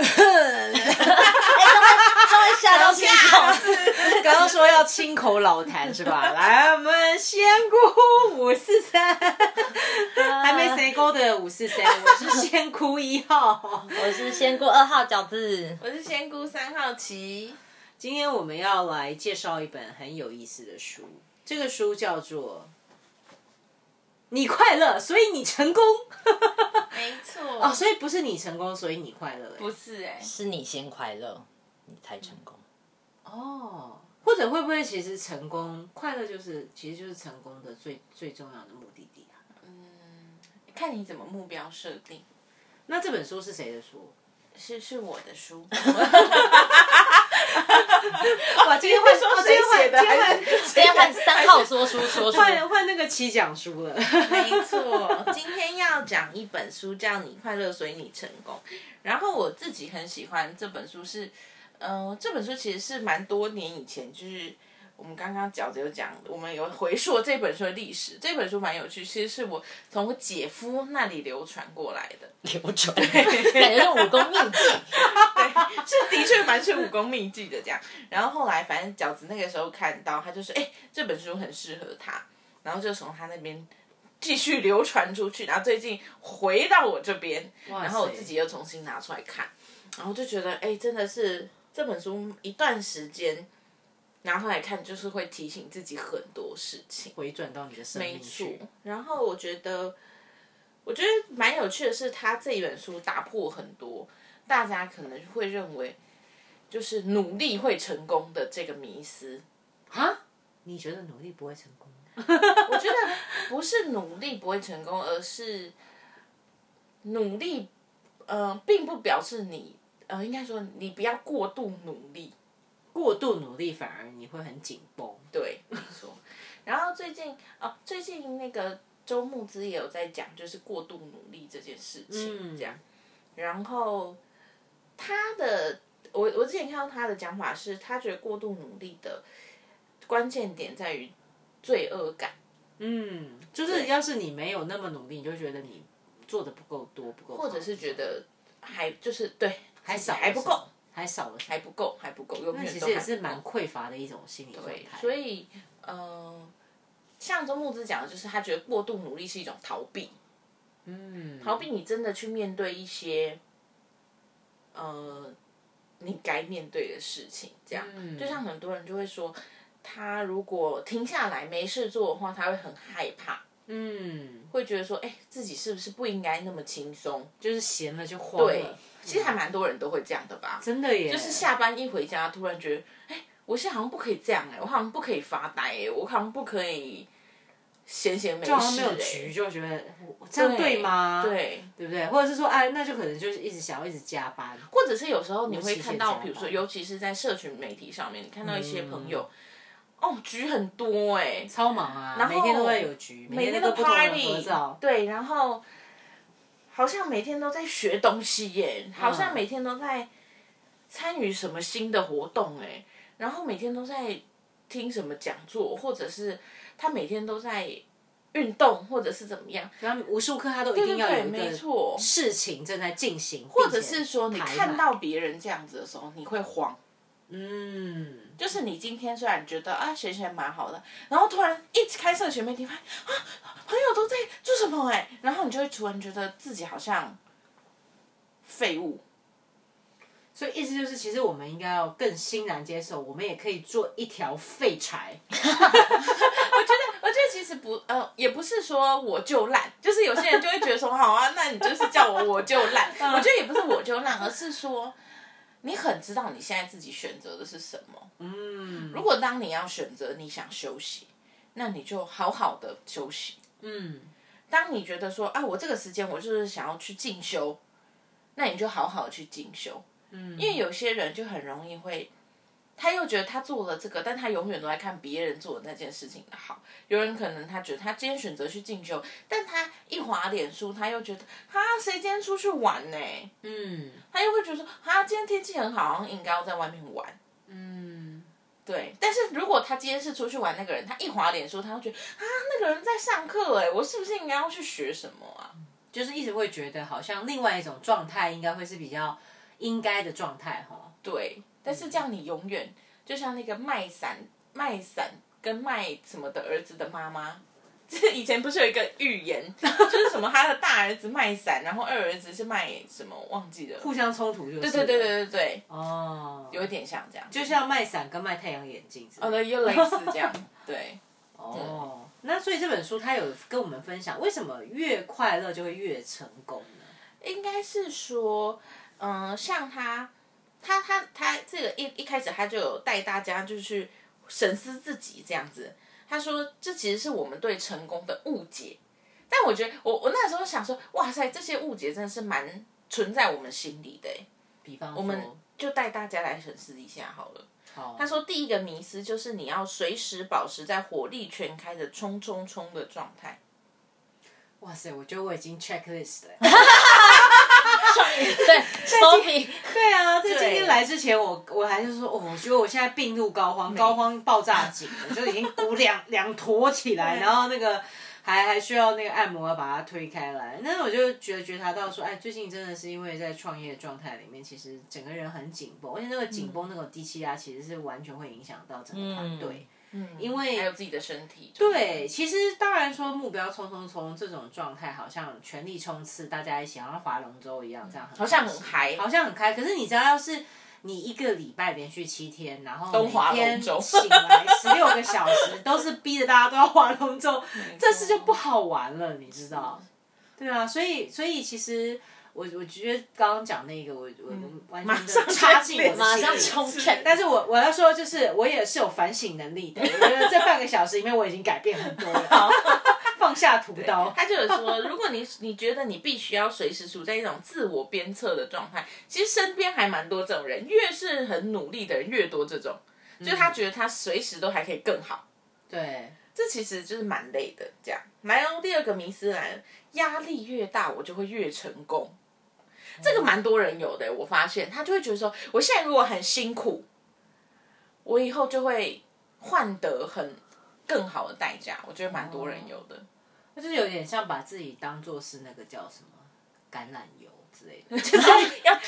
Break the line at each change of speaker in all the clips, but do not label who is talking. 亲口老谈是 吧？来，我们仙姑五四三，还没谁勾 的五四三，我是仙姑一号。
我是仙姑二号饺子，
我是仙姑三号棋，
今天我们要来介绍一本很有意思的书，这个书叫做《你快乐，所以你成功》
没错，
哦，所以不是你成功，所以你快乐、欸
不是哎、
是你先快乐，你才成 功。
哦，或者会不会其实成功快乐就是其实就是成功的最最重要的目的地啊？
看你怎么目标设定，
那这本书是谁的书？
是是我的书，
哇，今天换
说
哦今
谁
天换
写的
今天
还
换
是
今天换三号说书 说书，
换换那个七讲书了。
没 错， 今天要讲一本书叫《你快乐所以你成功》，然后我自己很喜欢这本书是，呃，这本书其实是蛮多年以前，就是我们刚刚饺子有讲，我们有回溯这本书的历史，这本书蛮有趣，其实是我从我姐夫那里流传过来的，
流传，感觉是武功秘籍。
是 的确蛮是武功秘籍的这样。然后后来反正饺子那个时候看到，他就说：“哎、这本书很适合他。”然后就从他那边继续流传出去，然后最近回到我这边，
哇
然后我自己又重新拿出来看，然后就觉得哎、真的是这本书一段时间拿出来看，就是会提醒自己很多事情。
回转到你的生
没
命
错
去。，
然后我觉得，我觉得蛮有趣的是，他这一本书打破很多大家可能会认为就是努力会成功的这个迷思。
啊？你觉得努力不会成功？
我觉得不是努力不会成功，而是努力，呃，并不表示你，呃，应该说你不要过度努力。
过度努力反而你会很紧绷。
对，没错。然后最近哦，最近那个周牧之也有在讲，就是过度努力这件事情，
嗯
这样。然后他的，我我之前看到他的讲法是，他觉得过度努力的关键点在于罪恶感。
嗯，就是要是你没有那么努力，你就觉得你做的不够多，不够好，
或者是觉得还就是对，还
少了
还不够，
还少了什么
还不够，还不够，永远
那其
都
实也
还
是
不
蛮
够
匮乏的一种心理状
对
态。，
所以嗯、呃像周牧之讲的，就是他觉得过度努力是一种逃避，
嗯，
逃避你真的去面对一些呃你该面对的事情，这样、
嗯
就像很多人就会说。他如果停下来没事做的话，他会很害怕，
嗯，
会觉得说，哎、自己是不是不应该那么轻松？
就是闲了就慌
对
了，
其实还蛮多人都会这样的吧。
真的耶，
就是下班一回家，突然觉得，哎、我现在好像不可以这样哎、我好像不可以发呆哎、我好像不可以闲闲没事
就好像没有
哎、
局，就觉得我这样对吗？
对，
对不对？或者是说，哎，那就可能就是一直想要一直加班，
或者是有时候你会看
无期限加
到，
班
比如说，尤其是在社群媒体上面，你看到一些
嗯
朋友，哦，局很多哎、
超忙啊，
然后
每天都会有局，每
每
天
天
都
都
跟不同人
party，
合照，
对，然后好像每天都在学东西耶、好
嗯
像每天都在参与什么新的活动哎、然后每天都在听什么讲座，或者是他每天都在运动，或者是怎么样，
然后无数刻他都一
对
定
对
要
对，
有一
没
个呃
错。
事情正在进行，
或者
并且
是说，你
排满
看到别人这样子的时候，你会慌。
嗯，
就是你今天虽然觉得啊谁谁蛮好的，然后突然一开社群媒体，发现啊朋友都在做什么哎、然后你就会突然觉得自己好像废物，
所以意思就是，其实我们应该要更欣然接受，我们也可以做一条废柴。
我觉得其实不，呃，也不是说我就烂，就是有些人就会觉得说， 好啊，那你就是叫我我就烂。我觉得也不是我就烂，而是说你很知道你现在自己选择的是什么。嗯，如果当你要选择你想休息，那你就好好的休息。
嗯，
当你觉得说，啊，我这个时间我就是想要去进修，那你就好好地去进修。嗯，因为有些人就很容易会。他又觉得他做了这个，但他永远都在看别人做的那件事情的好。有人可能他觉得他今天选择去进修，但他一滑脸书，他又觉得哈，谁今天出去玩呢、
嗯
他又会觉得说哈，今天天气很好，好像应该要在外面玩。
嗯，
对，但是如果他今天是出去玩那个人，他一滑脸书，他会觉得啊，那个人在上课哎、我是不是应该要去学什么啊？
就是一直会觉得好像另外一种状态应该会是比较应该的状态哈。
哎对，但是这样你永远就像那个卖伞卖伞跟卖什么的儿子的妈妈。 这以前不是有一个寓言， 就是什么他的大儿子卖伞，然后二儿子是卖什么忘记了。
互相冲突就是。对
对对对对对，
哦，
有点像这样，就
就像卖伞跟卖太阳眼镜之类的。
呃又类似这样，对。
哦，那所以这本书它有跟我们分享，为什么越快乐就会越成功呢？
应该是说，嗯、像他，他他他这个一一开始他就有带大家就是去审视自己这样子。他说，这其实是我们对成功的误解。但我觉得，我我那时候想说，哇塞，这些误解真的是蛮存在我们心里的欸。
比方
我们
说，
就带大家来审视一下好了。
好
他说，第一个迷思就是你要随时保持在火力全开的冲冲冲的状态。
哇塞，我觉得我已经 checklist 了。
对，Sophie，
对啊，在今天来之前我，我还是说，哦，我觉得我现在病入膏肓，膏肓爆炸紧了，就已经鼓两两坨起 来，然后那个还还需要那个按摩把它推开来。那我就觉得觉察到说，哎，最近真的是因为在创业状态里面，其实整个人很紧绷，而且那个紧
嗯
绷那种低气压，其实是完全会影响到整个团队。
因
为
还有自己的身体。
对，其实当然说目标冲冲冲这种状态，好像全力冲刺，大家一起好像划龙舟一样，这样很好
像很嗨
好像很开。可是你知道，要是你一个礼拜连续七天，然后
划
每天
龙舟
醒来十六个小时，都是逼着大家都要划龙 舟，这事就不好玩了，你知道？对啊，所以所以其实。我我觉得刚刚讲那个，我我完全
嗯上
的插进我的
马上
心里
冲 check，
但是我我要说，就是我也是有反省能力的。我觉得这半个小时里面，我已经改变很多了， 放下屠刀。
他就有说，如果你你觉得你必须要随时处在一种自我鞭策的状态，其实身边还蛮多这种人，越是很努力的人越多这种，就他觉得他随时都还可以更好，
对，
这其实就是蛮累的。这样，来哦，第二个迷思来了，压力越大，我就会越成功。这个蛮多人有的，我发现他就会觉得说，我现在如果很辛苦，我以后就会换得很更好的代价。我觉得蛮多人有的。
那就是有点像把自己当做是那个叫什么橄榄油之类 的，
要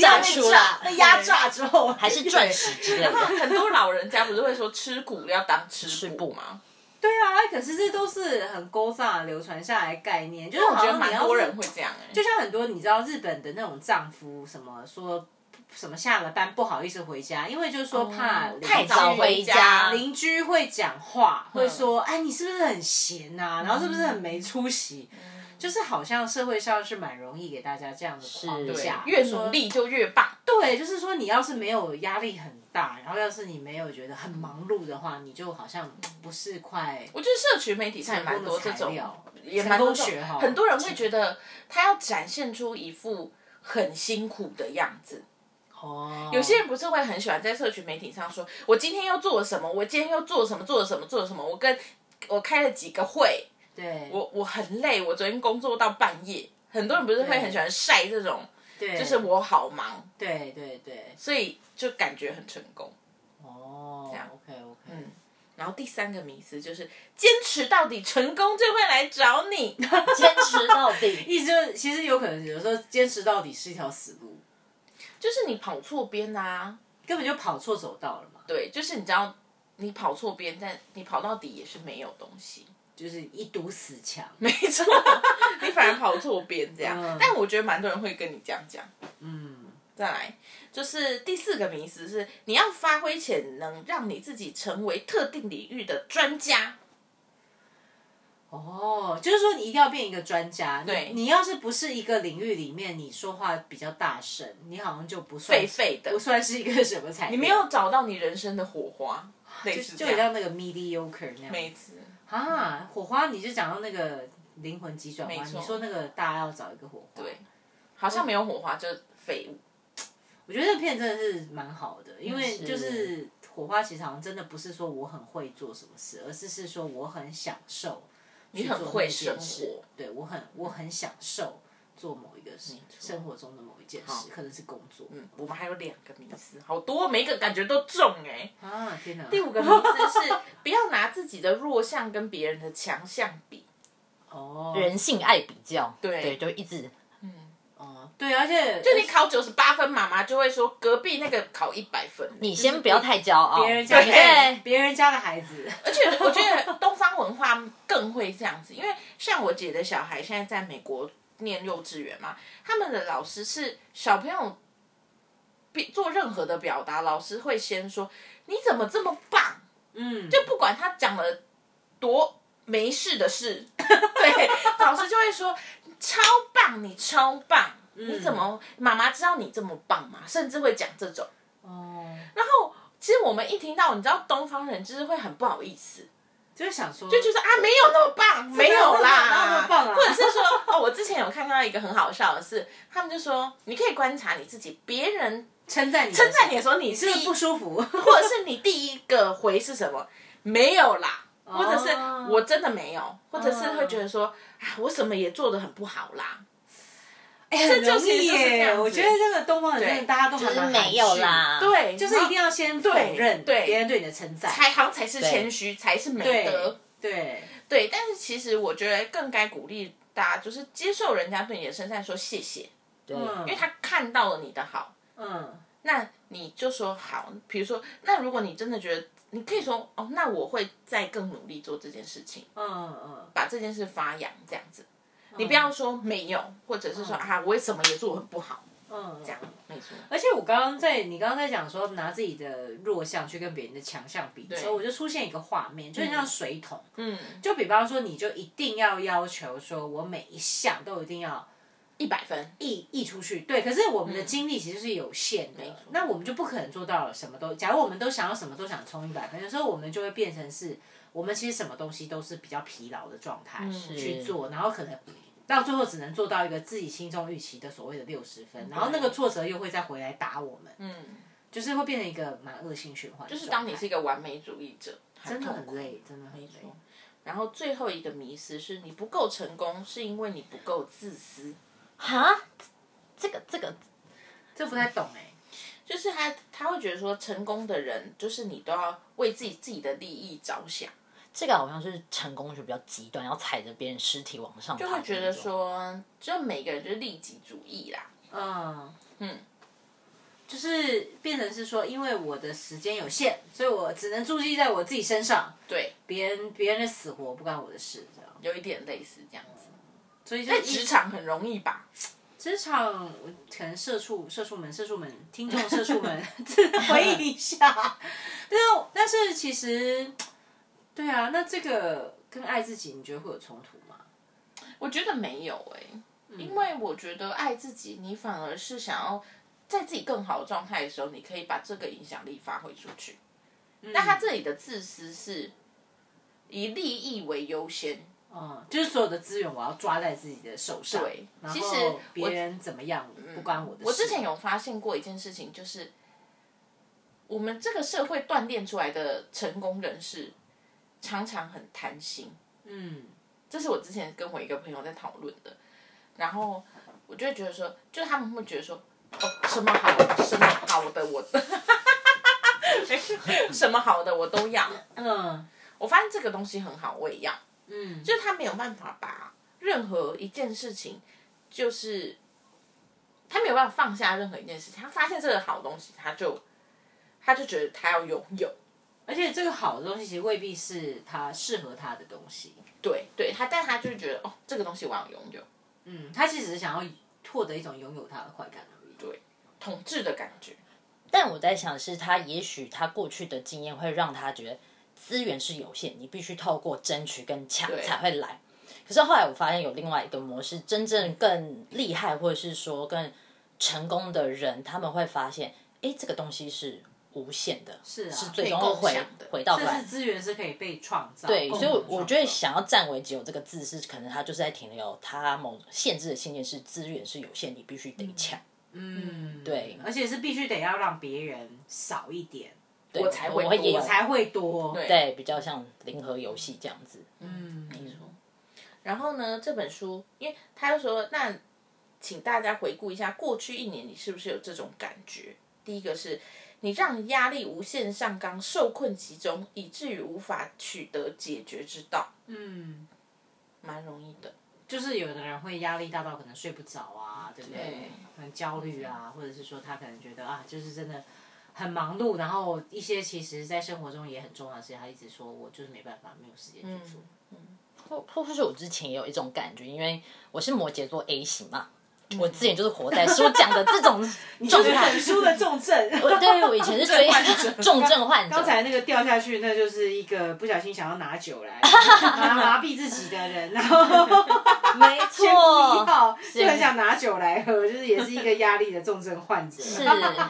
炸，
炸出来
被压榨之后
还是钻石之类
然后
的，
很多老人家不是会说吃骨要当吃
补
补吗？
对啊，可是这都是很勾上流传下来的概念，就是
但我
好
觉
像
得
你
蛮
要
多
是
人会这样哎、
就像很多你知道日本的那种丈夫什么说什么下了班不好意思回家，因为就是哦说怕邻居
太早回家
邻居会讲
嗯
话，会说哎你是不是很闲呐、然后是不是很没出息？
嗯
就是好像社会上是蛮容易给大家这样的框
对
对
架，
越努力就越棒。
对，就是说你要是没有压力很大，然后要是你没有觉得很忙碌的话，你就好像不是块
我觉得社群媒体上也蛮多
成功的
这
材
种
料，
也蛮多这
成功学哈
种。很多人会觉得他要展现出一副很辛苦的样子。
哦，
有些人不是会很喜欢在社群媒体上说，我今天又做了什么，我今天又做了什么，做了什么，做了什么，我跟我开了几个会，
对
我我很累，我昨天工作到半夜。很多人不是会很喜欢晒这种，
对，
就是我好忙，
对对对
所以就感觉很成功。
哦，OK OK，嗯。
然后第三个迷思就是坚持到底，成功就会来找你。
坚持到底。
意思就是，其实有可能有时候坚持到底是一条死路，
就是你跑错边啊，
根本就跑错走道了嘛，
对，就是你知道你跑错边，但你跑到底也是没有东西。
就是一堵死墙。
没错，你反而跑错边这样。
嗯
但我觉得蛮多人会跟你这样讲。
嗯，
再来，就是第四个迷思是你要发挥潜能，让你自己成为特定领域的专家。
哦，就是说你一定要变一个专家。
对
你你要是不是一个领域里面你说话比较大声，你好像就不算
废废的
不算是一个什么才。
你没有找到你人生的火花，类
就
似
就
这
很像
样。
那个 mediocre 那样。
每次
啊，火花，你就讲到那个灵魂急转弯，
没错
你说那个大家要找一个火花。
对，好像没有火花就是废物。
我觉得这片真的是蛮好的，因为
嗯
是
就是火花其实好像真的不是说我很会做什么事，而是是说我很享受去做
很
那
会
件
生
事
活。
对我很我很享受做某一个事，生活中的某一件事，可能是工作。
嗯我们还有两个迷思，好多，每一个感觉都中哎、
啊，天哪！
第五个迷思是 不要拿自己的弱项跟别人的强项比。
哦，
人性爱比较，
对
就一直，
哦，对，而且就
你考九十八分，妈妈就会说隔壁那个考一百分。
你先不要太骄傲，
别人家的
对，
别人家的孩子，而且
我觉得东方文化更会这样子，因为像我姐的小孩现在在美国念幼稚园嘛，他们的老师是小朋友比做任何的表达，老师会先说你怎么这么棒，
嗯，
就不管他讲了多没事的事，对，老师就会说超棒，你超棒，你怎么妈妈知道你这么棒吗？甚至会讲这种。
哦，
然后其实我们一听到，你知道东方人就是会很不好意思。
就是想说，
就觉得啊，没有那么棒，没有啦，
哪有那么棒啊
或者是说，哦，我之前有看到一个很好笑的是，他们就说，你可以观察你自己，别人
称赞你，
称赞你，的时候，你
是不是
第一
不舒 服？
或者是你第一个回是什么？没有啦，或者是
哦
我真的没有，或者是会觉得说，啊，我什么也做的很不好啦。
哎，
这
很
就
容
是
易
就是这样
耶！
子
我觉得这个东方人真的
对
大家都
就
还
是
蛮含
没
蓄
有，啦，，
对，
就是一定要先否认
对对
别人对你的称赞，
才好像才是谦虚，才是美德
对。对，
对，但是其实我觉得更该鼓励大家，就是接受人家对你的称赞，说谢谢。
嗯
因为他看到了你的好，
嗯
那你就说好。比如说，那如果你真的觉得，你可以说哦，那我会再更努力做这件事情，
嗯嗯，
把这件事发扬这样子。你不要说没有，或者是说、啊，我什么也做得很不好，
嗯，
这样没错。
而且我刚刚在你刚刚在讲说拿自己的弱项去跟别人的强项比的时候，我就出现一个画面，就很像水桶。
嗯，
就比方说，你就一定要要求说，我每一项都一定要
一百分，
溢溢出去。对，可是我们
嗯
的精力其实是有限的，那我们就不可能做到什么都。假如我们都想要什么都想冲一百分，有时候我们就会变成是我们其实什么东西都是比较疲劳的状
嗯
态、去做，然后可能。到最后只能做到一个自己心中预期的所谓的六十分，然后那个挫折又会再回来打我们，
嗯，
就是会变成一个蛮恶性循环的状态。
就是当你是一个完美主义者，
真的
痛
很
苦
累，真的很累
没。错。然后最后一个迷思是你不够成功，是因为你不够自私。
哈，这个这个
这不太懂哎、
就是他他会觉得说，成功的人就是你都要为自己自己的利益着想，
这个好像是成功就比较极端，要踩着别人尸体往上爬的
就
那种，
会觉得说，就每个人就是利己主义啦。
嗯，
嗯，
就是变成是说，因为我的时间有限，所以我只能注意在我自己身上，
对，
别人别人的死活不干我的事，这样。
有一点类似这样子，
所以就
在
一
职场很容易吧？
职场，我可能社畜社畜们社畜们听众社畜 们回忆一下，但是但是其实，对啊，那这个跟爱自己，你觉得会有冲突吗？
我觉得没有哎、因为我觉得爱自己，你反而是想要在自己更好的状态的时候，你可以把这个影响力发挥出去。但他这里的自私是以利益为优先，
嗯，就是所有的资源我要抓在自己的手上，
对
然
其实
后别
我嗯
人怎么样不关我的事。
我之前有发现过一件事情，就是我们这个社会锻炼出来的成功人士，常常很贪心。
嗯
这是我之前跟我一个朋友在讨论的，然后我就会觉得说，就是他们会觉得说，哦，什么好，什么好的我， 什么好的我都要。
嗯
我发现这个东西很好，我也要。
嗯，
就是他没有办法把任何一件事情，就是他没有办法放下任何一件事情。他发现这个好东西，他就他就觉得他要拥有。
而且这个好的东西其实未必是他适合他的东西，
对对，他但他就是觉得哦，这个东西我要拥有，
嗯，他其实只是想要获得一种拥有他的快感而已。对，
统治的感觉。
但我在想，是他也许他过去的经验会让他觉得资源是有限，你必须透过争取跟抢才会来。可是后来我发现有另外一个模式，真正更厉害或者是说更成功的人，他们会发现，诶，这个东西是无限的，是
啊
是最
可以
终
共
回
享的
回到
但
来
是。资源是可以被创造，对
所以我，我觉得想要站为只有这个字是，可能他就是在停留他某限制的信念是资源是有限，你必须得抢。
嗯，
对
而且是必须得要让别人少一点，
我才会
我会
多
也有
我才会多。对，
对，比较像零和游戏这样子。
嗯，
然后呢，这本书，因为他就说，那请大家回顾一下过去一年，你是不是有这种感觉？第一个是你让压力无限上纲，受困其中，以至于无法取得解决之道，
嗯，
蛮容易的。
就是有的人会压力大到可能睡不着啊，对不对？
对
很焦虑啊，或者是说他可能觉得啊，就是真的很忙碌，然后一些其实在生活中也很重要的事情，他一直说我就是没办法，没有时间去做。嗯
或哦或或是我之前也有一种感觉，因为我是摩羯座 A 型嘛，
嗯
我之前就是活在书讲的这 种状
就是
态
本。书的重 症。
我对，我以前是追 重症患者，
刚才那个掉下去，那就是一个不小心想要拿酒 来麻麻痹自己的人，然 后
没
先不一
错，
号就很想拿酒来喝，就是也是一个压力的重症患者。
是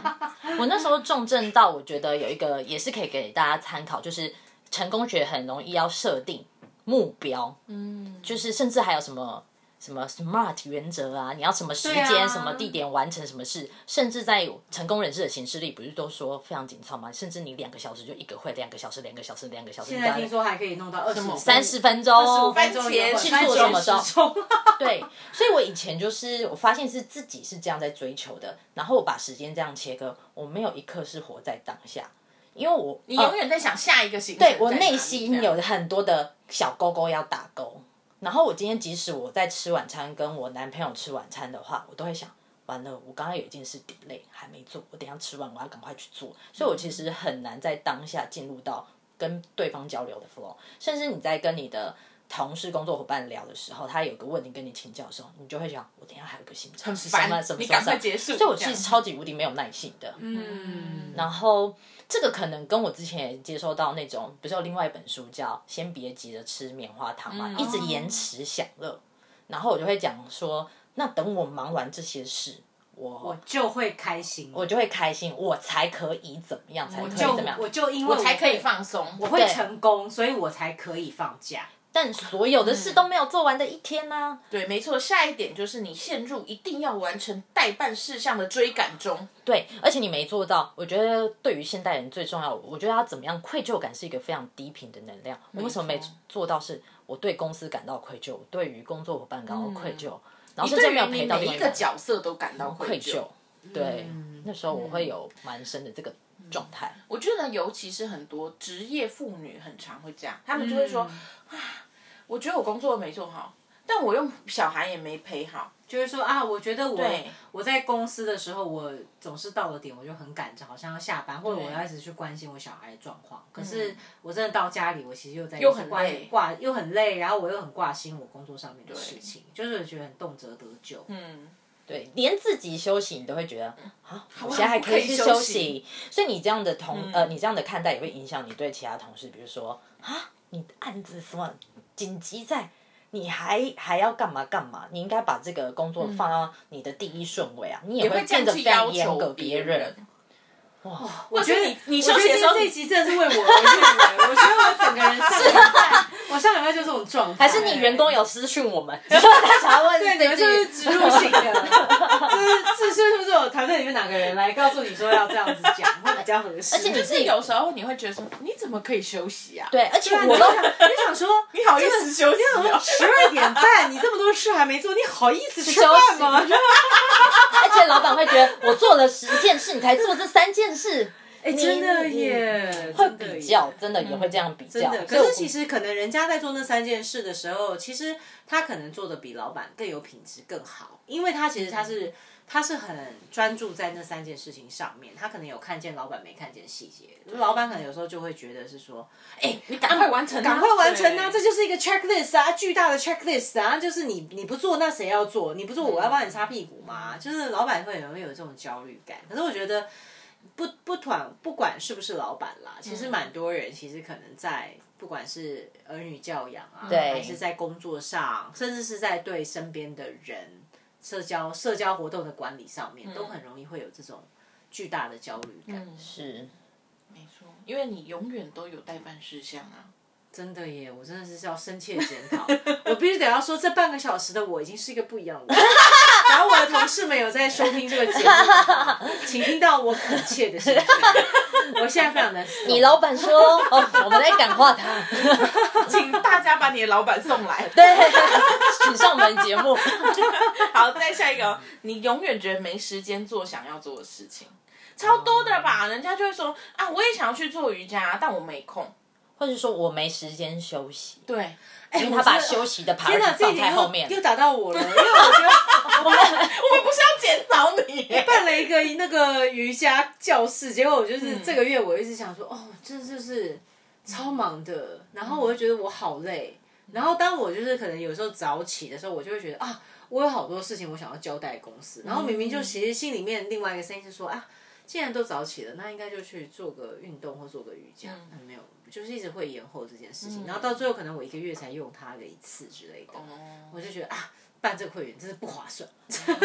我那时候重症到，我觉得有一个也是可以给大家参考，就是成功学很容易要设定目标，
嗯，
就是甚至还有什么什么 SMART 原则啊，你要什么时
对
间、
啊
什么地点完成什么事，甚至在成功人士的行事历不是都说非常紧凑吗？甚至你两个小时就一个会，两个小时、两个小时、两个小时，
现
你
在
大概
听说还可以弄到二十
么
三十分钟哦，
分钟也有
番茄去
番茄
做什么的
时钟
对，所以我以前就是我发现是自己是这样在追求的，然后我把时间这样切割，我没有一刻是活在当下，因为我
你
呃
永远在想下一个行程在哪
对
里。
我内心
这样
有很多的小勾勾要打勾。然后我今天即使我在吃晚餐，跟我男朋友吃晚餐的话，我都会想，完了，我刚刚有一件事 delay 还没做，我等一下吃完我要赶快去做。所以我其实很难在当下进入到跟对方交流的 flow，甚至你在跟你的。同事、工作伙伴聊的时候，他有个问题跟你请教的时候，你就会想，我等一下还有个行程，
很
是什么
烦
什么
你
什么
赶
什
快
么，
结束。
所以我
这
是
样
超级无敌没有耐性的。
嗯，
然后这个可能跟我之前也接受到那种，不是有另外一本书叫《先别急着吃棉花糖》嘛，
嗯
一
哦
直延迟享乐。然后我就会讲说，那等我忙完这些事，我
我就会开心，
我就会开心，我才可以怎么样，才可以
就
怎么样。
我就因为
我才可以放松。
我
我
会成功，所以我才可以放假。
但所有的事都没有做完的一天呢、
嗯对，没错。下一点就是你陷入一定要完成代办事项的追赶中。
对，而且你没做到，我觉得对于现代人最重要，我觉得要怎么样，愧疚感是一个非常低频的能量。我为什么没
错
做到是？我对公司感到愧疚，我对于工作伙伴感到愧疚，然后
嗯你
甚至
对
没有
于你
陪到
每
另
一
一
个
半
角色都感到
愧
愧疚
疚。。对，
嗯
那时候我会有蛮深的这个状态。
我觉得尤其是很多职业妇女很常会这样，她们就会说：“
嗯
啊，我觉得我工作没做好，但我又小孩也没陪好。
就是说啊，我觉得我
对
我在公司的时候，我总是到了点，我就很赶着，好像要下班，或者我要一直去关心我小孩的状况。可是我真的到家里，我其实又在
嗯又很
挂
累
挂又很累，然后我又很挂心我工作上面的事情，就是觉得很动辄得咎。”
嗯，
对，连自己休息你都会觉得啊，我现在还
不
可
可
以
以
去
休
休
息
息，所以你这样的同、呃，你这样的看待也会影响你对其他同事，比如说啊，你案子什么紧急在，你还还要干嘛干嘛？你应该把这个工作放到你的第一顺位啊，你也
也
会
会
变
这样
得
去
非常
要
严格
求
别
人。
我觉得
你你
我
休
觉得今
息的时候
天这一集真的是为我而录的，我觉得我整个人上 礼拜，我上礼拜就这种状态，
还是你员工有私讯我们， 你说他想要问
对，你们
这
就是
句，
植入性的，就是是是不是我团队里面哪个人来告诉你说要这样子 讲会比较合适？
而且你
就
自
是
己
有时候你会觉得说：“你怎么可以休息啊？”，
对，而且
我
我
都
都
想，我就想 说，
你好意思休息哦？
十二点半，你这么多事还没做，你好意思吃饭吗？
而且老板会觉得我做了十件事，你才做这三件事，
哎，
你
真的
你
耶，
会
真的
比
耶
较，真的也会这样比
真
较。
的。
所以
可
我
是其实可能人家在做那三件事的时候，其实他可能做的比老板更有品质更好，因为他其实他是他是很专注在那三件事情上面，他可能有看见老板没看见细节，老板可能有时候就会觉得是说，哎、
你赶快 完成啊，
赶快完成啊！
对
这就是一个 checklist 啊，巨大的 checklist 啊，就是你你不做，那谁要做？你不做，我要帮你擦屁股嘛。就是老板会容易有这种焦虑感，可是我觉得不不管不管是不是老板
嗯
啦，其实蛮多人其实可能在不管是儿女教养啊，
对
还是在工作上，甚至是在对身边的人社交社交活动的管理上面，都很容易会有这种巨大的焦虑感。
嗯是
没错，因为你永远都有代办事项啊。
真的耶，我真的是要深切检讨。我必须得要说，这半个小时的我已经是一个不一样的我。然后我的同事们有在收听这个节目的话，请听到我恳切的心声。我现在非常的
你老板说， 哦，我们在感化他，
请大家把你的老板送来。
对，请上门节目。
好，再下一个哦，你永远觉得没时间做想要做的事情，超多的吧？人家就会说啊，我也想要去做瑜伽，但我没空。
或者说我没时间休息，
对，
哎
因为他把休息的 part
天哪，这一
放
点
在
又
后面。
又打到我了，因为我觉得我们
我们不是要检讨你，
办了一个那个瑜伽教室，结果我就是这个月我一直想说，哦，这就是超忙的，然后我就觉得我好累，然后当我就是可能有时候早起的时候，我就会觉得啊，我有好多事情我想要交代公司，然后明明就其实心里面另外一个声音是说啊，既然都早起了，那应该就去做个运动或做个瑜伽，嗯、没有，就是一直会延后这件事情，然后到最后可能我一个月才用它个一次之类的，哦
哦
我就觉得啊，办这个会员真是不划算。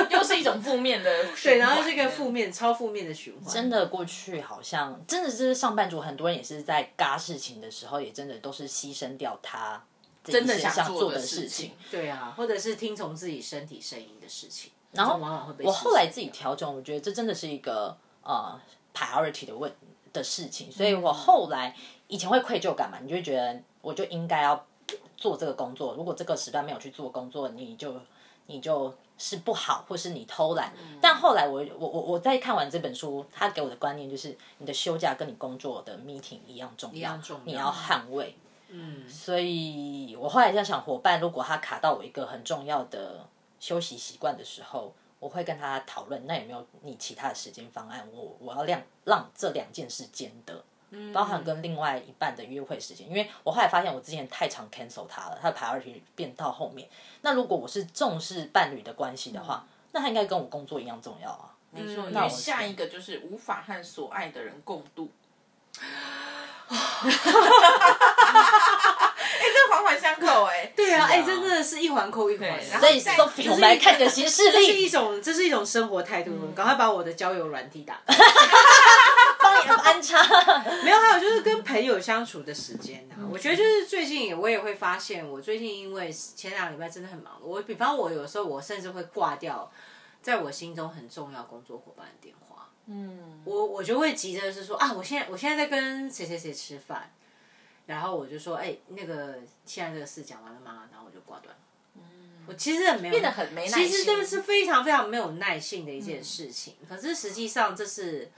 又是一种负面的循环，
对，然后这个负面、超负面的循环，
真的过去好像真的就是上班族，很多人也是在嘎事情的时候，也真的都是牺牲掉他真
真的
想
想
做
的
事
情。。
对啊，或者是听从自己身体声音的事情，
然后
这往往会被
我
牺牲
后来自己调
掉
整，我觉得这真的是一个呃 priority 的问的事情，所以我后来以前会愧疚感嘛，你就会觉得我就应该要做这个工作，如果这个时段没有去做工作，你就你就是不好，或是你偷懒。
嗯
但后来我我我我在看完这本书，他给我的观念就是，你的休假跟你工作的 meeting 一样重要，
一样重要
你要捍卫。
嗯，
所以我后来在想，伙伴如果他卡到我一个很重要的休息习惯的时候，我会跟他讨论，那有没有你其他的时间方案？我我要让让这两件事兼得，
嗯
包含跟另外一半的约会时间，因为我后来发现我之前太常 cancel 他了，他的 priority 变到后面。那如果我是重视伴侣的关系的
嗯
话，那他应该跟我工作一样重要啊。
没错，因
那我
为下一个就是无法和所爱的人共 度。哎、这环环相扣哎、
对啊，
是啊
哎，真的是一环扣一环
对。
然后
所以
再
Sophie，我们来看你的行事
这是
历，
一种，这是一种生活态度。
嗯
赶快把我的交友软体打开。
帮你安 插。
没有，还有就是跟朋友相处的时间
嗯
啊。我觉得就是最近也我也会发现，我最近因为前两个礼拜真的很忙，我比方我有时候我甚至会挂掉，在我心中很重要工作伙伴的电话。嗯，我我就会急着是说啊，我现在我现在在跟谁谁谁吃饭，然后我就说哎、那个现在这个事讲完了吗？然后我就挂断了。我其实很没有
嗯变得很没耐心
其实这个是非常非常没有耐性的一件事情。可是实际上这是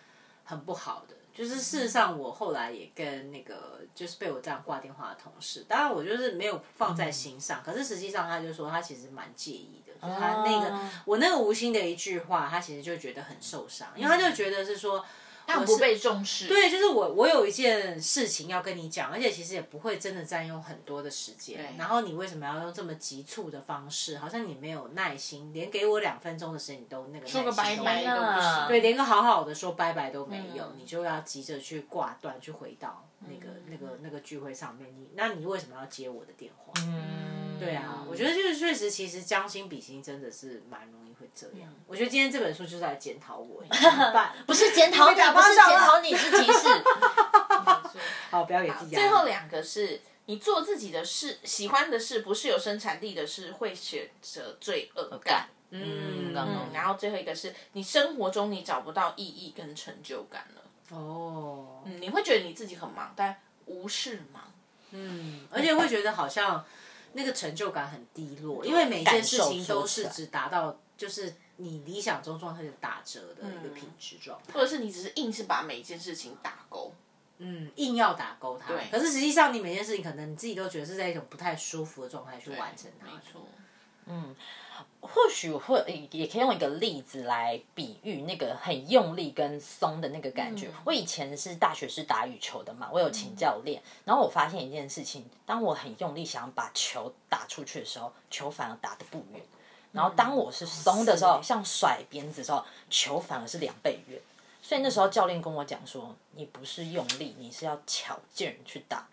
很不好的，就是事实上我后来也跟那个就是被我这样挂电话的同事，当然我就是没有放在心上，可是实际上他就说他其实蛮介意的，就是他那个、
哦
我那个无心的一句话，他其实就觉得很受伤，因为他就觉得是说。
但不被重视。
对，就是我，我有一件事情要跟你讲，而且其实也不会真的占用很多的时间。
对
然后你为什么要用这么急促的方式？好像你没有耐心，连给我两分钟的时间你都那个
说个
耐
拜
心都
拜
没
都
有
不行。
啊对，连个好好的说拜拜都没有，
嗯
你就要急着去挂断，去回到那个、那个那个聚会上面。你那你为什么要接我的电话？
嗯
对啊，我觉得就是确实，其实将心比心真的是蛮容易会这样。
嗯
我觉得今天这本书就是来检讨 我，怎么办？
不是检讨你，
你打
不
巴
是
掌
检
了
讨你，是提示。
没错
好，不要给自己压力
最后两个是你做自己的事，喜欢的事，不是有生产力的事，会选择罪恶感。
嗯，
刚
嗯，然后最后一个是你生活中你找不到意义跟成就感了，
哦，
嗯你会觉得你自己很忙，但无视忙。
嗯，而且会觉得好像那个成就感很低落，因为每一件事情都是只达到就是你理想中状态的打折的一个品质状态，
嗯或者是你只是硬是把每一件事情打勾。
嗯，硬要打勾它。可是实际上你每件事情可能你自己都觉得是在一种不太舒服的状态去完成它。
没错，
或许会也可以用一个例子来比喻那个很用力跟松的那个感觉。我以前是大学是打羽球的嘛，我有请教练，然后我发现一件事情：当我很用力想把球打出去的时候，球反而打得不远；然后当我嗯哦是松的时候，像甩鞭子的时候，球反而是两倍远。所以那时候教练跟我讲说：“你不是用力，你是要巧劲去打。”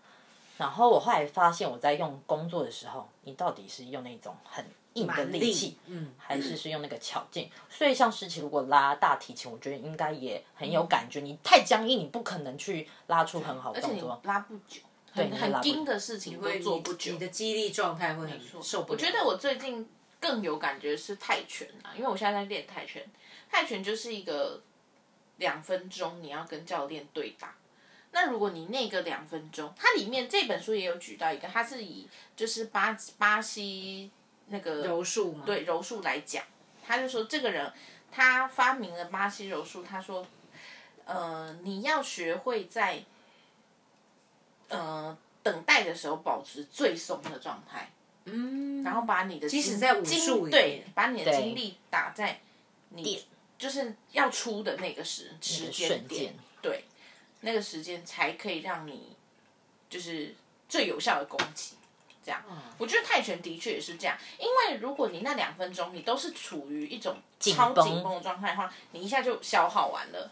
然后我后来发现，我在用工作的时候，你到底是用那种很硬的
蛮
力气
力，，嗯，
还是是用那个巧劲。所以像诗琪如果拉大提琴，我觉得应该也很有感觉。你太僵硬，你不可能去拉出很好的
而且
动
你
作。
拉不久，很
你会拉
很
不久
盯的事情都
会
做不久
你。的肌力状态会很受不
我
了。
觉得我最近更有感觉是泰拳啊，因为我现在在练泰拳，泰拳就是一个两分钟你要跟教练对打。那如果你那个两分钟，它里面这本书也有举到一个，它是以就是巴巴西那个
柔术嘛，
对柔术来讲，他就说这个人他发明了巴西柔术，他说，呃，你要学会在，呃，等待的时候保持最松的状态，
嗯，
然后把你的即
使在武术里面
对，把你的
对
精力打在你就是要出的那个时时间
瞬
点
间，，
对，那个时间才可以让你就是最有效的攻击。这
嗯
样，我觉得泰拳的确也是这样，因为如果你那两分钟你都是处于一种超
绷
紧绷的状态的话，你一下就消耗完了。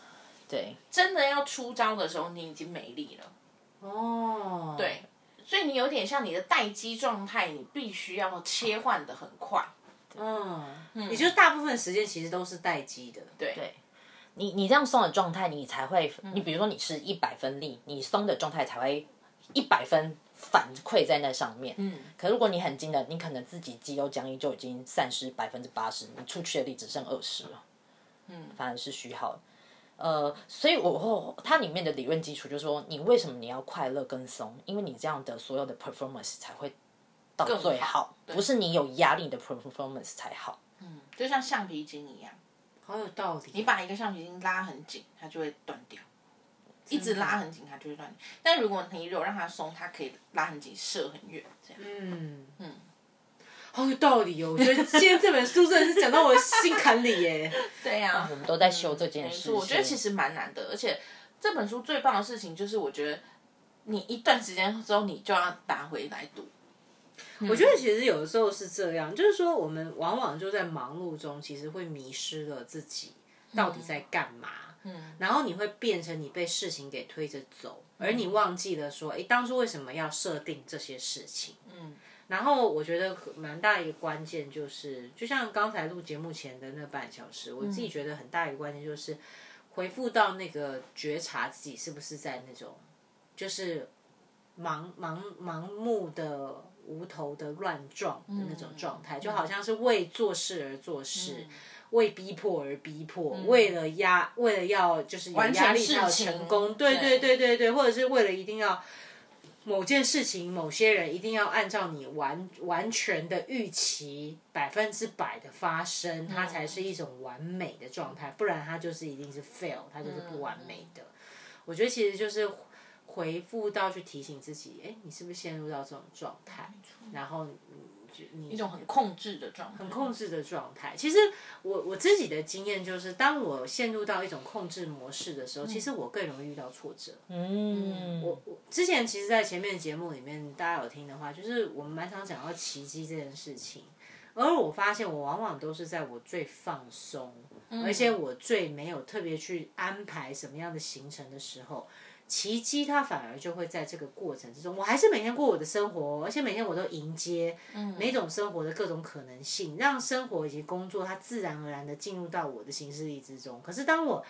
对，
真的要出招的时候，你已经没力了。
哦，
对，所以你有点像你的待机状态，你必须要切换的很快。
嗯，也就是大部分时间其实都是待机的，对，
对
你你这样松的状态，你才会，
嗯
你比如说你是一百分力，你松的状态才会一百分反馈在那上面。嗯，可如果你很精的，你可能自己肌肉僵硬就已经散失百分之八十，你出去的力只剩二十了。嗯，反而是虚耗的。呃，所以我后它里面的理论基础就是说，你为什么你要快乐跟松？因为你这样的所有的 performance 才会到最
好
好，
对嗯
不是你有压力你的 performance 才好。
就像橡皮筋一样，
好有道理。啊
你把一个橡皮筋拉很紧，它就会断掉。一直拉很紧，它就会断。但如果你有让它松，它可以拉很紧，射很远，这样。
嗯，嗯，好有道理哦！我觉得今天这本书真的是讲到我心坎里耶。
对呀、
啊我们都在修这件
嗯没
事
错，
情。
我觉得其实蛮难的，而且这本书最棒的事情就是，我觉得你一段时间之后，你就要拿回来读。
我觉得其实有的时候是这样，就是说我们往往就在忙碌中，其实会迷失了自己到底在干嘛。嗯，然后你会变成你被事情给推着走，而你忘记了说，诶，当初为什么要设定这些事情？嗯。然后我觉得蛮大一个关键就是，就像刚才录节目前的那半小时，我自
嗯
己觉得很大一个关键就是，回复到那个觉察自己是不是在那种，就是盲盲盲目的、无头的乱撞的那
嗯
种状态，就好像是为做事而做事，为逼迫而逼迫，为了压，为了要就是有压力
嗯事
才有
情
成功，对
对
对对对对，或者是为了一定要。某件事情，某些人一定要按照你完完全的预期，百分之百的发生，它才是一种完美的状态，不然它就是一定是 fail，它就是不完美的。我觉得其实就是回复到去提醒自己，哎，你是不是陷入到这种状态？然后你就你
一种很控制的状态，很
控制的状态。其实我我自己的经验就是，当我陷入到一种控制模式的时候，其实我更容易遇到挫折。
嗯，我
我之前其实，在前面的节目里面，大家有听的话，就是我们蛮常讲到奇迹这件事情。而我发现，我往往都是在我最放松，而且我最没有特别去安排什么样的行程的时候，奇迹它反而就会在这个过程之中。我还是每天过我的生活，而且每天我都迎接每种生活的各种可能性，让生活以及工作它自然而然的进入到我的行事历之中。可是当我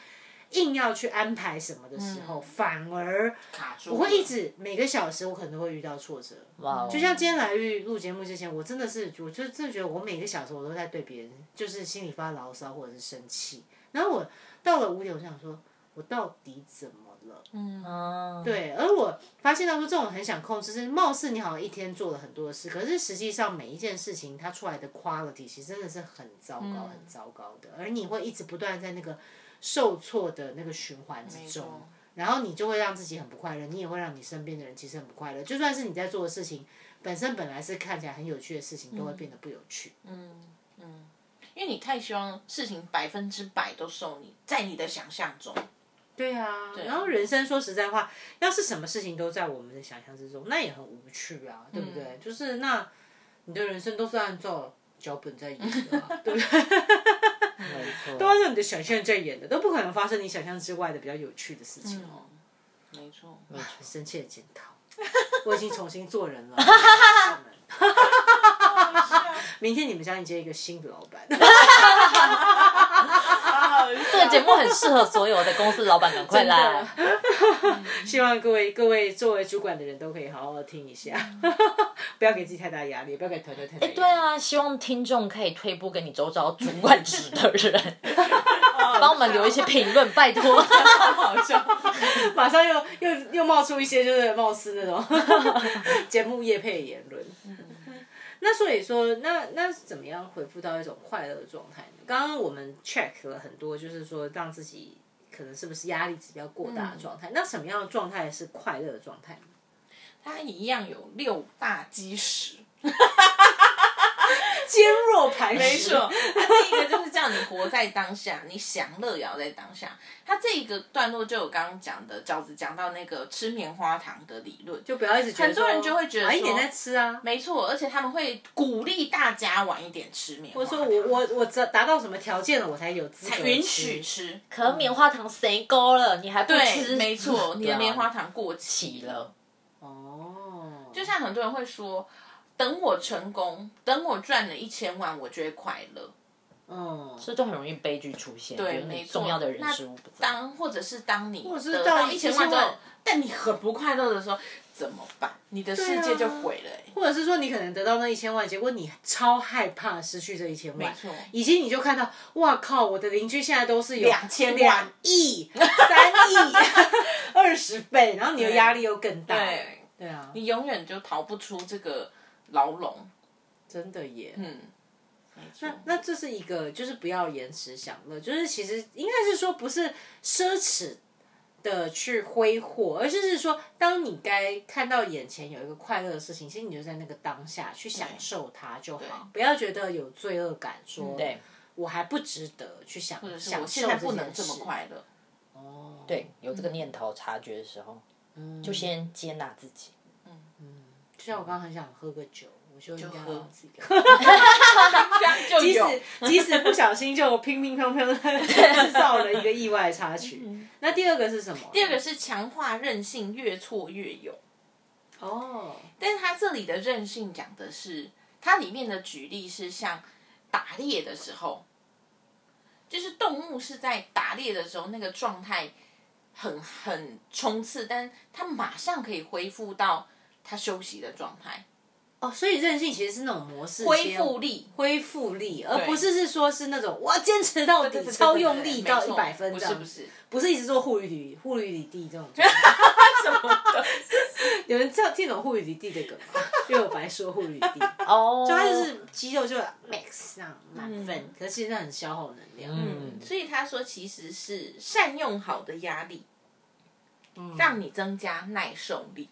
硬要去安排什么的时候，反而
卡住。
我会一直每个小时，我可能都会遇到挫折。
哇哦，
就像今天来录录节目之前，我真的是，我就真的觉得我每个小时我都在对别人，就是心里发牢骚或者是生气。然后我到了五点，我就想说，我到底怎么了？
啊，
对，而我发现到说，这种很想控制，是貌似你好像一天做了很多的事，可是实际上每一件事情它出来的 quality 其实真的是很糟糕、很糟糕的，而你会一直不断在那个受挫的那个循环之中
错，
然后你就会让自己很不快乐，你也会让你身边的人其实很不快乐，就算是你在做的事情本身本来是看起来很有趣的事情，都会变得不有趣。
因为你太希望事情百分之百都受你在你的想象中，
对啊，然后人生说实在话，要是什么事情都在我们的想象之中，那也很无趣啊，对不对？就是那你的人生都是按照脚本在演的、啊，对不对？
没错，
都按照你的想象在演的，都不可能发生你想象之外的比较有趣的事情哦。
嗯没错，
深切的检讨， 我已经重新做人了。明天你们将迎接一个新的老板，
这 个节目很适合所有的公司老板，赶快来！
希望各位各位作为主管的人都可以好好地听一下， 不要给自己太大压力，也不要给团队太大压力。
对啊，希望听众可以推播给你周遭主管职的人， 帮我们留一些评论，拜托。
好笑，
马上又又又冒出一些就是貌似那种 节目业配言论。
嗯
那所以说，那那怎么样回复到一种快乐的状态呢？刚刚我们 check 了很多，就是说让自己
嗯
可能是不是压力指标过大的状态。那什么样的状态是快乐的状态呢？
它一样有六大基石。
坚若磐石。
没错，它第一个就是叫你活在当下，你享乐也要在当下。它这一个段落就有刚刚讲的饺子讲到那个吃棉花糖的理论，
就不要一直觉得说
很多人就会觉得
晚一
说
点再吃啊。
没错，而且他们会鼓励大家晚一点吃棉花
我
糖，
说我我我只达到什么条件了，我才有资格
才
吃
允许。吃。
可棉花糖谁勾了，你还不吃？
对，没错，你
对
的
啊
棉花糖过
起
期
了。
哦，
就像很多人会说，等我成功，等我赚了一千万，我就会快乐。
嗯，
这就很容易悲剧出现。
对
就是你
没错
重要的人事物不在。
当或者是当你
者是
得
到
到一千万之
1000
后
万，
但你很不快乐的时候怎么办？你的
啊
世界就毁了、欸。
或者是说你可能得到那一千万，结果你超害怕失去这一千万
没错，
以及你就看到，哇靠，我的邻居现在都是有
2000万
两亿、三亿、 二十倍，然后你的压力又更大。
对，
对啊，
你永远就逃不出这个牢笼。
真的耶。
嗯，没错。
那这是一个，就是不要延迟享乐，就是其实应该是说不是奢侈的去挥霍，而是是说，当你该看到眼前有一个快乐的事情，其实你就在那个当下去享受它就好，不要觉得有罪恶感，说
对
我还不值得去享
嗯或者是
享
我
受
现在不能这么
件事。
快乐。
哦，嗯
对，有这个念头察觉的时候，
嗯
就先接纳自己。
就像我刚刚很想喝个酒，我就应该
喝
让自 己喝。
这样就
即
有。
使即使不小心就乒乒乓乓的 制造了一个意外插曲。那第二个是什么？
嗯第二个是强化韧性，越挫越勇。
哦，
但是它这里的韧性讲的是，它里面的举例是像打猎的时候，就是动物是在打猎的时候那个状态很很冲刺，但它马上可以恢复到它休息的状态，
哦，所以韧性其实是那种模式
恢
先
复力。
恢复力，而不是是说是那种我要坚持到底，
对对对
超用力
对对
到
对
一
没错
百分
不
这
是
样，
不是，
不是一直做护理底护理底地这 种。
什么的，
有人知道听懂护理底地的梗吗？因为我白说护理 底，就
哦，
它就是肌肉就 max 这样满分，
嗯
可是其实那很消耗能量。
嗯
所以他说其实是善用好的压力，
嗯
让你增加耐受力。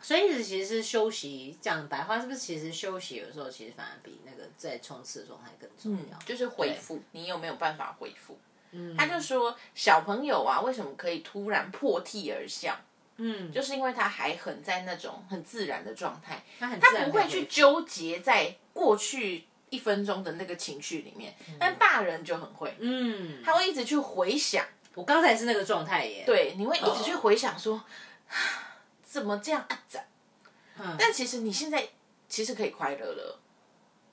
所以其实是休息，讲白话是不是？其实休息有时候其实反而比那个在冲刺的状态更重要。
嗯就是恢复，你有没有办法恢复？
嗯
他就说小朋友啊，为什么可以突然破涕而笑？
嗯，
就是因为他还很在那种很自然的状态，
他很自
他
然
不
地
会
恢
去
复
纠结在过去一分钟的那个情绪里面。但大人就很会，
嗯，
他会一直去回想，
我刚才是那个状态耶。
对，你会一直去
哦
回想说，啊怎么这样啊？怎？
嗯
但其实你现在其实可以快乐了，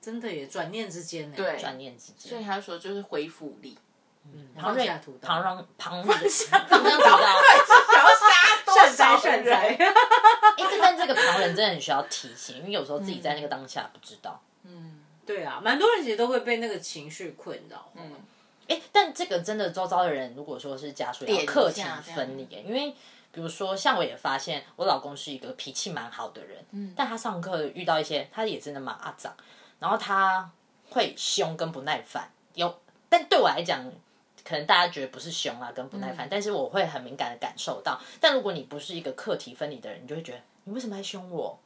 真的也转念之间呢，
对，
转念之间，
所以他说就是恢复力，
旁
放下屠刀
旁人旁人的
下
旁人知道，
想要杀多
善
少
哉善
人
哉。
哎，这但这个旁人真的很需要提醒，因为有时候自己在那个当下不知道。
对啊，蛮多人其实都会被那个情绪困扰。嗯，
哎，但这个真的周遭的人，如果说是家属
点
要
一下
课题分离，因为比如说像我也发现，我老公是一个脾气蛮好的人，
嗯
但他上课遇到一些，他也真的蛮阿长，然后他会凶跟不耐烦，有，但对我来讲。可能大家觉得不是凶啊，跟不耐
嗯
烦，但是我会很敏感的感受到。但如果你不是一个课题分离的人，你就会觉得你为什么来凶我？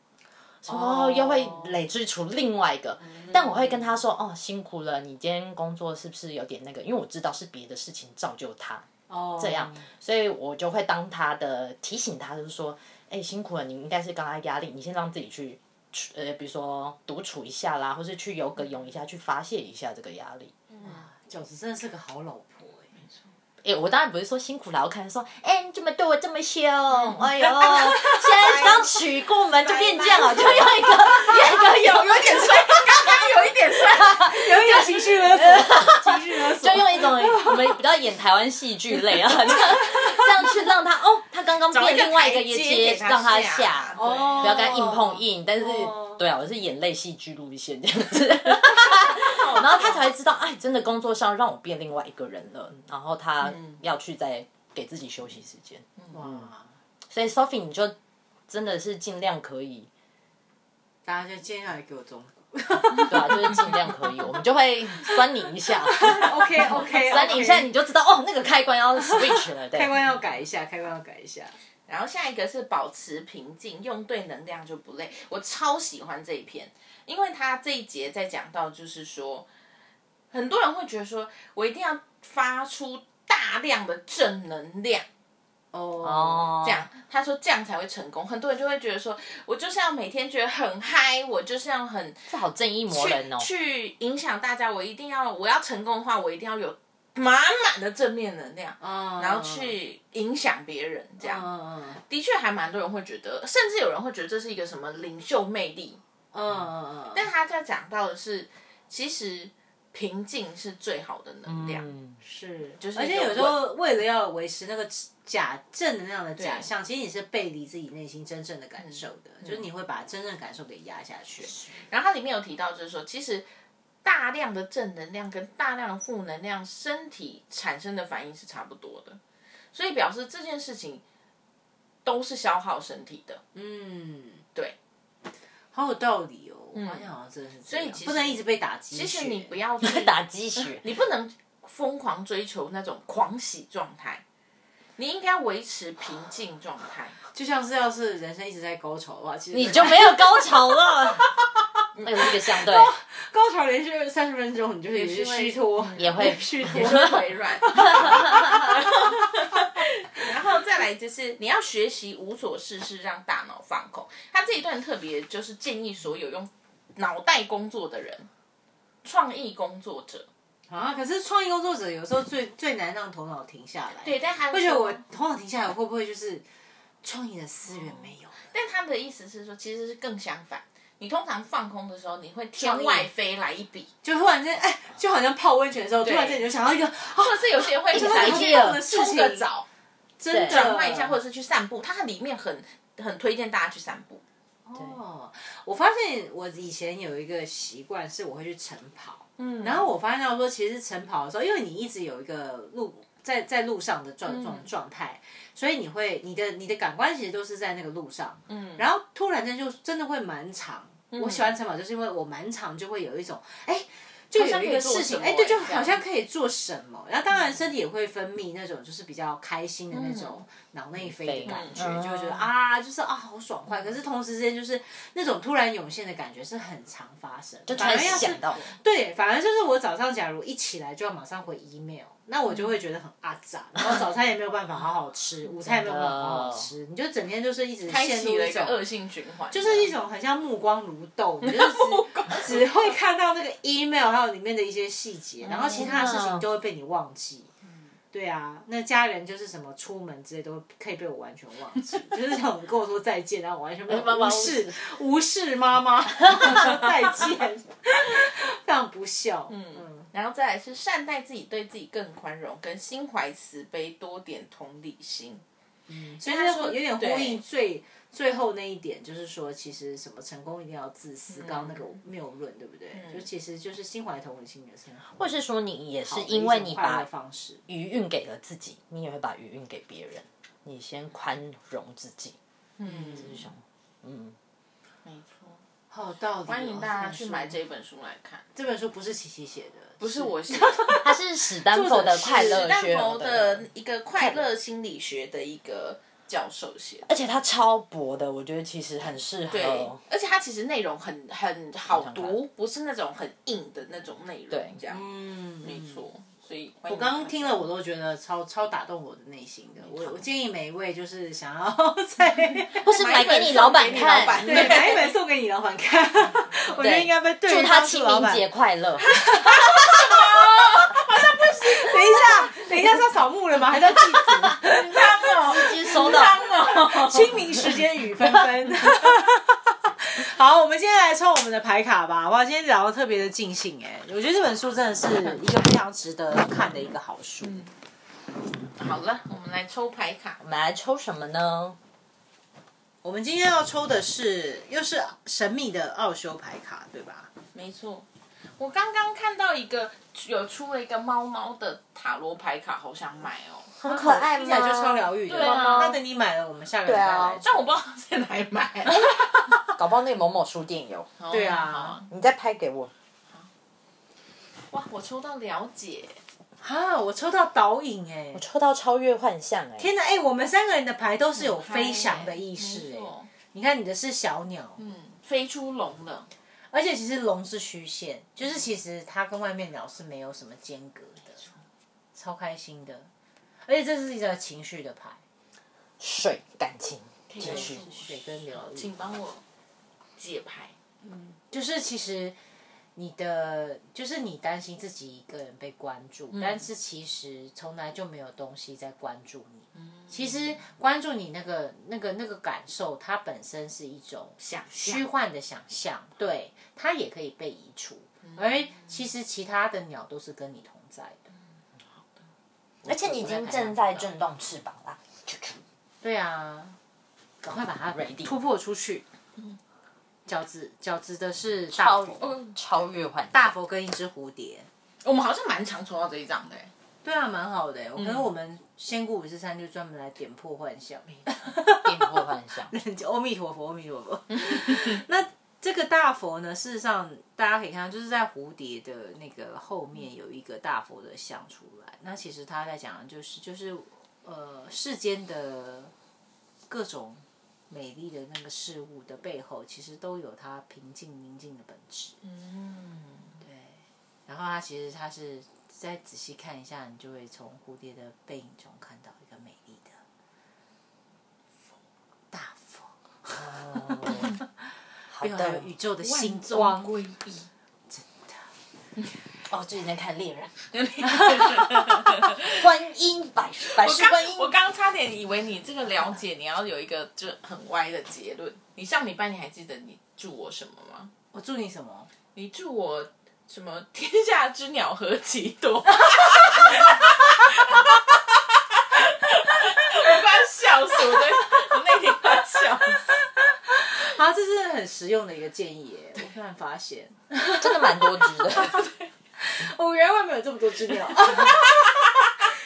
哦，又会累赘出另外一个。
嗯
但我会跟他说，哦，辛苦了，你今天工作是不是有点那个？因为我知道是别的事情造就他，
哦，这
这样，所以我就会当他的提醒他，就是说，哎、辛苦了，你应该是刚刚压力，你先让自己去，去呃，比如说独处一下啦，或是去游个泳一下，去发泄一下这个压力。
嗯
饺子真的是个好老婆哎。
哎、我当然不是说辛苦了，我可能说，哎、你怎么对我这么凶？
嗯
哎呦，现在刚娶过门就变这样 了，就用一个用一个有
有点衰，刚刚有一点衰。
有一点情绪勒索，情绪勒索
就用一种我们比较演台湾戏剧类啊，这样去让他哦，他刚刚变另外一个
台
阶，
阶
让他
下
下，，
哦
不要跟他硬碰硬。但是
哦
对啊，我是眼泪戏剧路线这样子， 然后他才会知道，哎，真的工作上让我变另外一个人了，然后他要去再给自己休息时间。
哇！
所以 Sophie，你就真的是尽量可以，
大啊家就接下来给我中国。
对啊，就是尽量可以，我 们就会酸你一下，
OK OK，
酸你一下，你就知道哦，那个开关要 switch 了，对
开。关要改一下，开关要改一下。
然后下一个是保持平静，用对能量就不累。我超喜欢这一篇，因为他这一节在讲到，就是说，很多人会觉得说我一定要发出大量的正能量，
哦，
这样，他说这样才会成功。很多人就会觉得说，我就是要每天觉得很嗨，我就是要很
这好正义魔人哦。
去影响大家，我一定要，我要成功的话，我一定要有满满的正面能量，
嗯
然后去影响别人，这样。
嗯嗯
的确还蛮多人会觉得，甚至有人会觉得这是一个什么领袖魅力。
嗯嗯，
但他在讲到的是，其实平静是最好的能量。
嗯，
是，
就是
而且
有
有时候为了要维持那个假正能量的假象，其实你是背离自己内心真正的
嗯
感受的，就是你会把真正的感受给压下去。
然后它里面有提到，就是说，其实大量的正能量跟大量的负能量，身体产生的反应是差不多的，所以表示这件事情都是消耗身体的。
嗯，
对，嗯
好有道理哦。我发现好像真的是这样，
所以其实
不能一直被打击。
其实你不要 去
打鸡血，
你不能疯狂追求那种狂喜状态，你应该维持平静状态。
就像是要是人生一直在高潮的话，其实
你就没有高潮 了。那个是一个相对，
高潮连续三十分钟，你就是也
是
是
会
虚脱，
也会
虚脱
也。是腿软。 然后再来就是你要学习无所事事，让大脑放空。他这一段特别就是建议所有用脑袋工作的人，创意工作者。
啊，可是创意工作者有时候最最难让头脑停下来。
对，，但他
会觉得
说
我头脑停下来，会不会就是创意的资源没有？
但他的意思是说，其实是更相反。你通常放空的时候，你会天外飞来一笔，
就突然间，哎，就好像泡温泉的时候，突
对
然间你就想到一个啊，
或者是有些人会
一
去
闪
很
而
激
过
动的
的
事
冲
情，
个澡，
真的
转换一下，或者是去散步。它里面很很推荐大家去散步。
哦，我发现我以前有一个习惯，是我会去晨跑。
嗯
然后我发现到说，其实晨跑的时候，因为你一直有一个路在在路上的状状
嗯
状态，所以你会你的你的感官其实都是在那个路上，
嗯
然后突然间就真的会蛮长。我喜欢晨跑，就是因为我蛮长就会有一种哎。就有一个事情，
好像可以做什么
哎，对，就
这样
好像可以做什么。然后当然身体也会分泌那种就是比较开心的那种
嗯
脑内啡的感觉，
嗯
就会觉得啊，就是啊，好爽快。可是同时之间就是那种突然涌现的感觉是很常发生，就
突然
要哎是
想到，
对，反而就是我早上假如一起来就要马上回 email，那我就会觉得很阿杂，然后早餐也没有办法好好 吃，午餐也没有办法好好吃，你就整天就是一直
开
陷
启
入
了一
一
个
种。
恶性循环，就
就是一种很像目光如豆，你就是只只会看到那个 email 还有里面的一些细节，然后其他的事情都会被你忘记。对啊，那家人就是什么出门之类都可以被我完全忘记，就是那种跟我说再见，然后我完全没有
妈妈
无视无视妈妈说再见，非常不孝。嗯，
然后再来是善待自己，对自己更宽容，跟心怀慈悲，多点同理心。
所以他
说
有点呼
对
应最最后那一点，就是说其实什么成功一定要自私，刚刚那个谬论对不对？就其实就是心怀同理心也是很好的。
或是说你也是
是
因为你把
方式，
余韵给了自己，你也会把余韵给别人。你先宽容自己，
嗯，
就是想，嗯，
没错。
好有道理哦。
欢迎大家去买
哦
这本
这本书来看，
书这本书，不是琪琪写的，
不是我写的，
它是史丹佛的快乐
史丹
学
佛
的
的，一个快乐心理学的一个教授写的。
而且它超薄的，我觉得其实很适
对
合，
而且它其实内容很很好读，不是那种很硬的那种内容，
对
这样
嗯，
没错。所以我
我刚刚听了，我都觉得超超打动我的内心的。我我建议每一位就是想要 在
或是买给你老板
买给你老
看
板，
对买一本送给你老板看， 我觉得应该被对
祝
于
他
帮助
清
老
明
板
节快 乐。
等一下，等一下是要扫墓了吗？还在祭 祖？
汤哦，
直接收到
汤哦，
清明时间雨纷纷。 好，我们今天来抽我们的牌卡吧。哇，今天聊得特别的尽兴哎、我觉得这本书真的是一个非常值得看的一个好书。
好了，我们来抽牌卡
我。们来抽什么呢？
我们今天要抽的是又是神秘的奥修牌卡，对吧？
没错，我刚刚看到一个有出了一个猫猫的塔罗牌卡，好想买 哦，
很可爱吗？
听起来就超疗愈的。
对啊
那等你买了，我们下个礼拜
对啊
来抽。
但我不知道在哪里 买。
搞不好那个某某书店有，
对啊
好好好
你再拍给我。
哇，我抽到了解，
哈，啊我抽到导引哎、
抽到超越幻象哎、
天哪，哎、我们三个人的牌都是有飞翔的意
没
识哎、
错
你看你的是小鸟，
嗯，飞出笼了，
而且其实龙是虚线，就是其实它跟外面鸟是没有什么间隔的，超开心的。而且这是一个情绪的牌，
水感情情绪
情绪
水跟疗愈
请，帮我解牌。
就是其实你的就是你担心自己一个人被关注，但是其实从来就没有东西在关注你。其实关注你那个那个那个感受，它本身是一种
想象
虚幻的想象，对，它也可以被移除。而其实其他的鸟都是跟你同在的，
而且你已经正在震动翅膀啦，啾啾
对啊，赶快把它
Ready
突破出去。饺子饺子的是大
超
佛，
超越幻象
大佛跟一只蝴蝶，
我们好像蛮常抽到这一张的欸，
对啊，蛮好的欸。我觉得我们仙姑五十三就专门来点破幻象，
颠破幻象，
阿弥陀佛，阿弥陀佛。 那这个大佛呢，事实上大家可以看到，就是在蝴蝶的那个后面有一个大佛的像出来。那其实他在讲的就是就是呃世间的各种美丽的那个事物的背后，其实都有它平静宁静的本质。
嗯
然后它其实它是再仔细看一下，你就会从蝴蝶的背影中看到一个美丽的大佛。
哦好
还有
的
宇宙的星
万众
光，
归一。
哦，最近在看猎人，
我
观音百百世观
刚我
音，
刚差点以为你这个了解，你要有一个就很歪的结论。你上礼拜你还记得你祝我什么吗？
我祝你什么？
你祝我什么？天下之鸟何其多！ 我快要笑死我！对，我那天快要笑死。
啊，这是很实用的一个建议耶！我突然发现，
真的蛮多只的。
哦，原来外面有这么多只 鸟。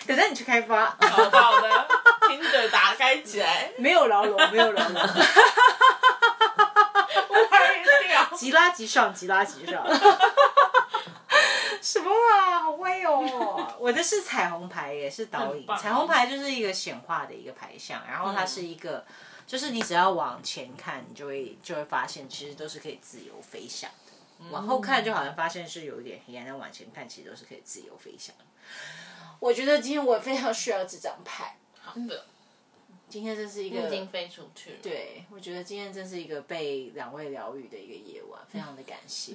等待你去开发，
好好的，听着打开起来，
没有牢笼，没有牢笼，
歪 掉。
急拉急上，急拉急上。 什么啊，好威哦！ 我的是彩虹牌耶，是导引
很。棒
彩虹牌就是一个显化的一个牌象，然后它是一个，就是你只要往前看，你就会就会发现，其实都是可以自由飞翔的。往后看就好像发现是有一点黑暗，但往前看其实都是可以自由飞翔的。我觉得今天我非常需要这张牌。
好的，
今天这是一个
已经飞出去了。
对，我觉得今天真是一个被两位疗愈的一个夜晚，非常的感谢。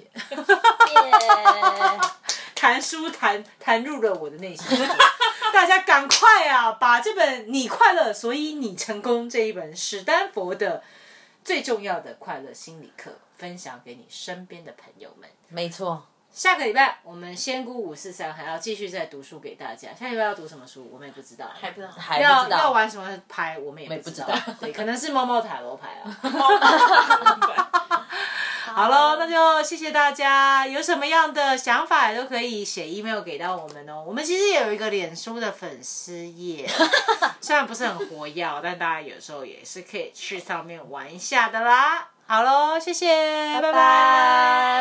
谈书谈谈入了我的内心世界。 大家赶快啊，把这本《你快乐，所以你成功》这一本史丹佛的最重要的快乐心理课，分享给你身边的朋友们。
没错，
下个礼拜我们仙姑五四三还要继续再读书给大家。下礼拜要读什么书，我们也不知道，
还不知道。
还
要
不知
要
道，
玩什么牌，我们也不知道。
我也不知道
对，可能是猫猫塔罗牌啊。
好
好喽，那就谢谢大家。有什么样的想法都可以写 email 给到我们哦。我们其实也有一个脸书的粉丝页，虽然不是很活跃，但大家有时候也是可以去上面玩一下的啦。好喽，谢谢，拜拜。